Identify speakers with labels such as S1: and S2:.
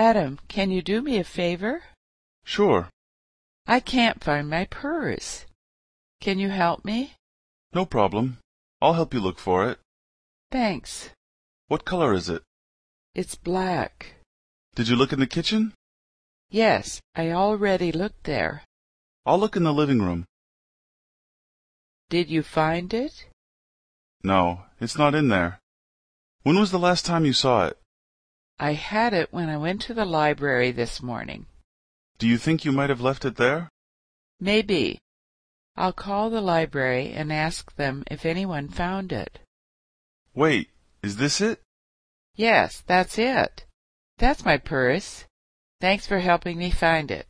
S1: Adam, can you do me a favor?
S2: Sure.
S1: I can't find my purse. Can you help me?
S2: No problem. I'll help you look for it.
S1: Thanks.
S2: What color is it?
S1: It's black.
S2: Did you look in the kitchen?
S1: Yes, I already looked there.
S2: I'll look in the living room.
S1: Did you find it?
S2: No, it's not in there. When was the last time you saw it?
S1: I had it when I went to the library this morning.
S2: Do you think you might have left it there?
S1: Maybe. I'll call the library and ask them if anyone found it.
S2: Wait, is this it?
S1: Yes, that's it. That's my purse. Thanks for helping me find it.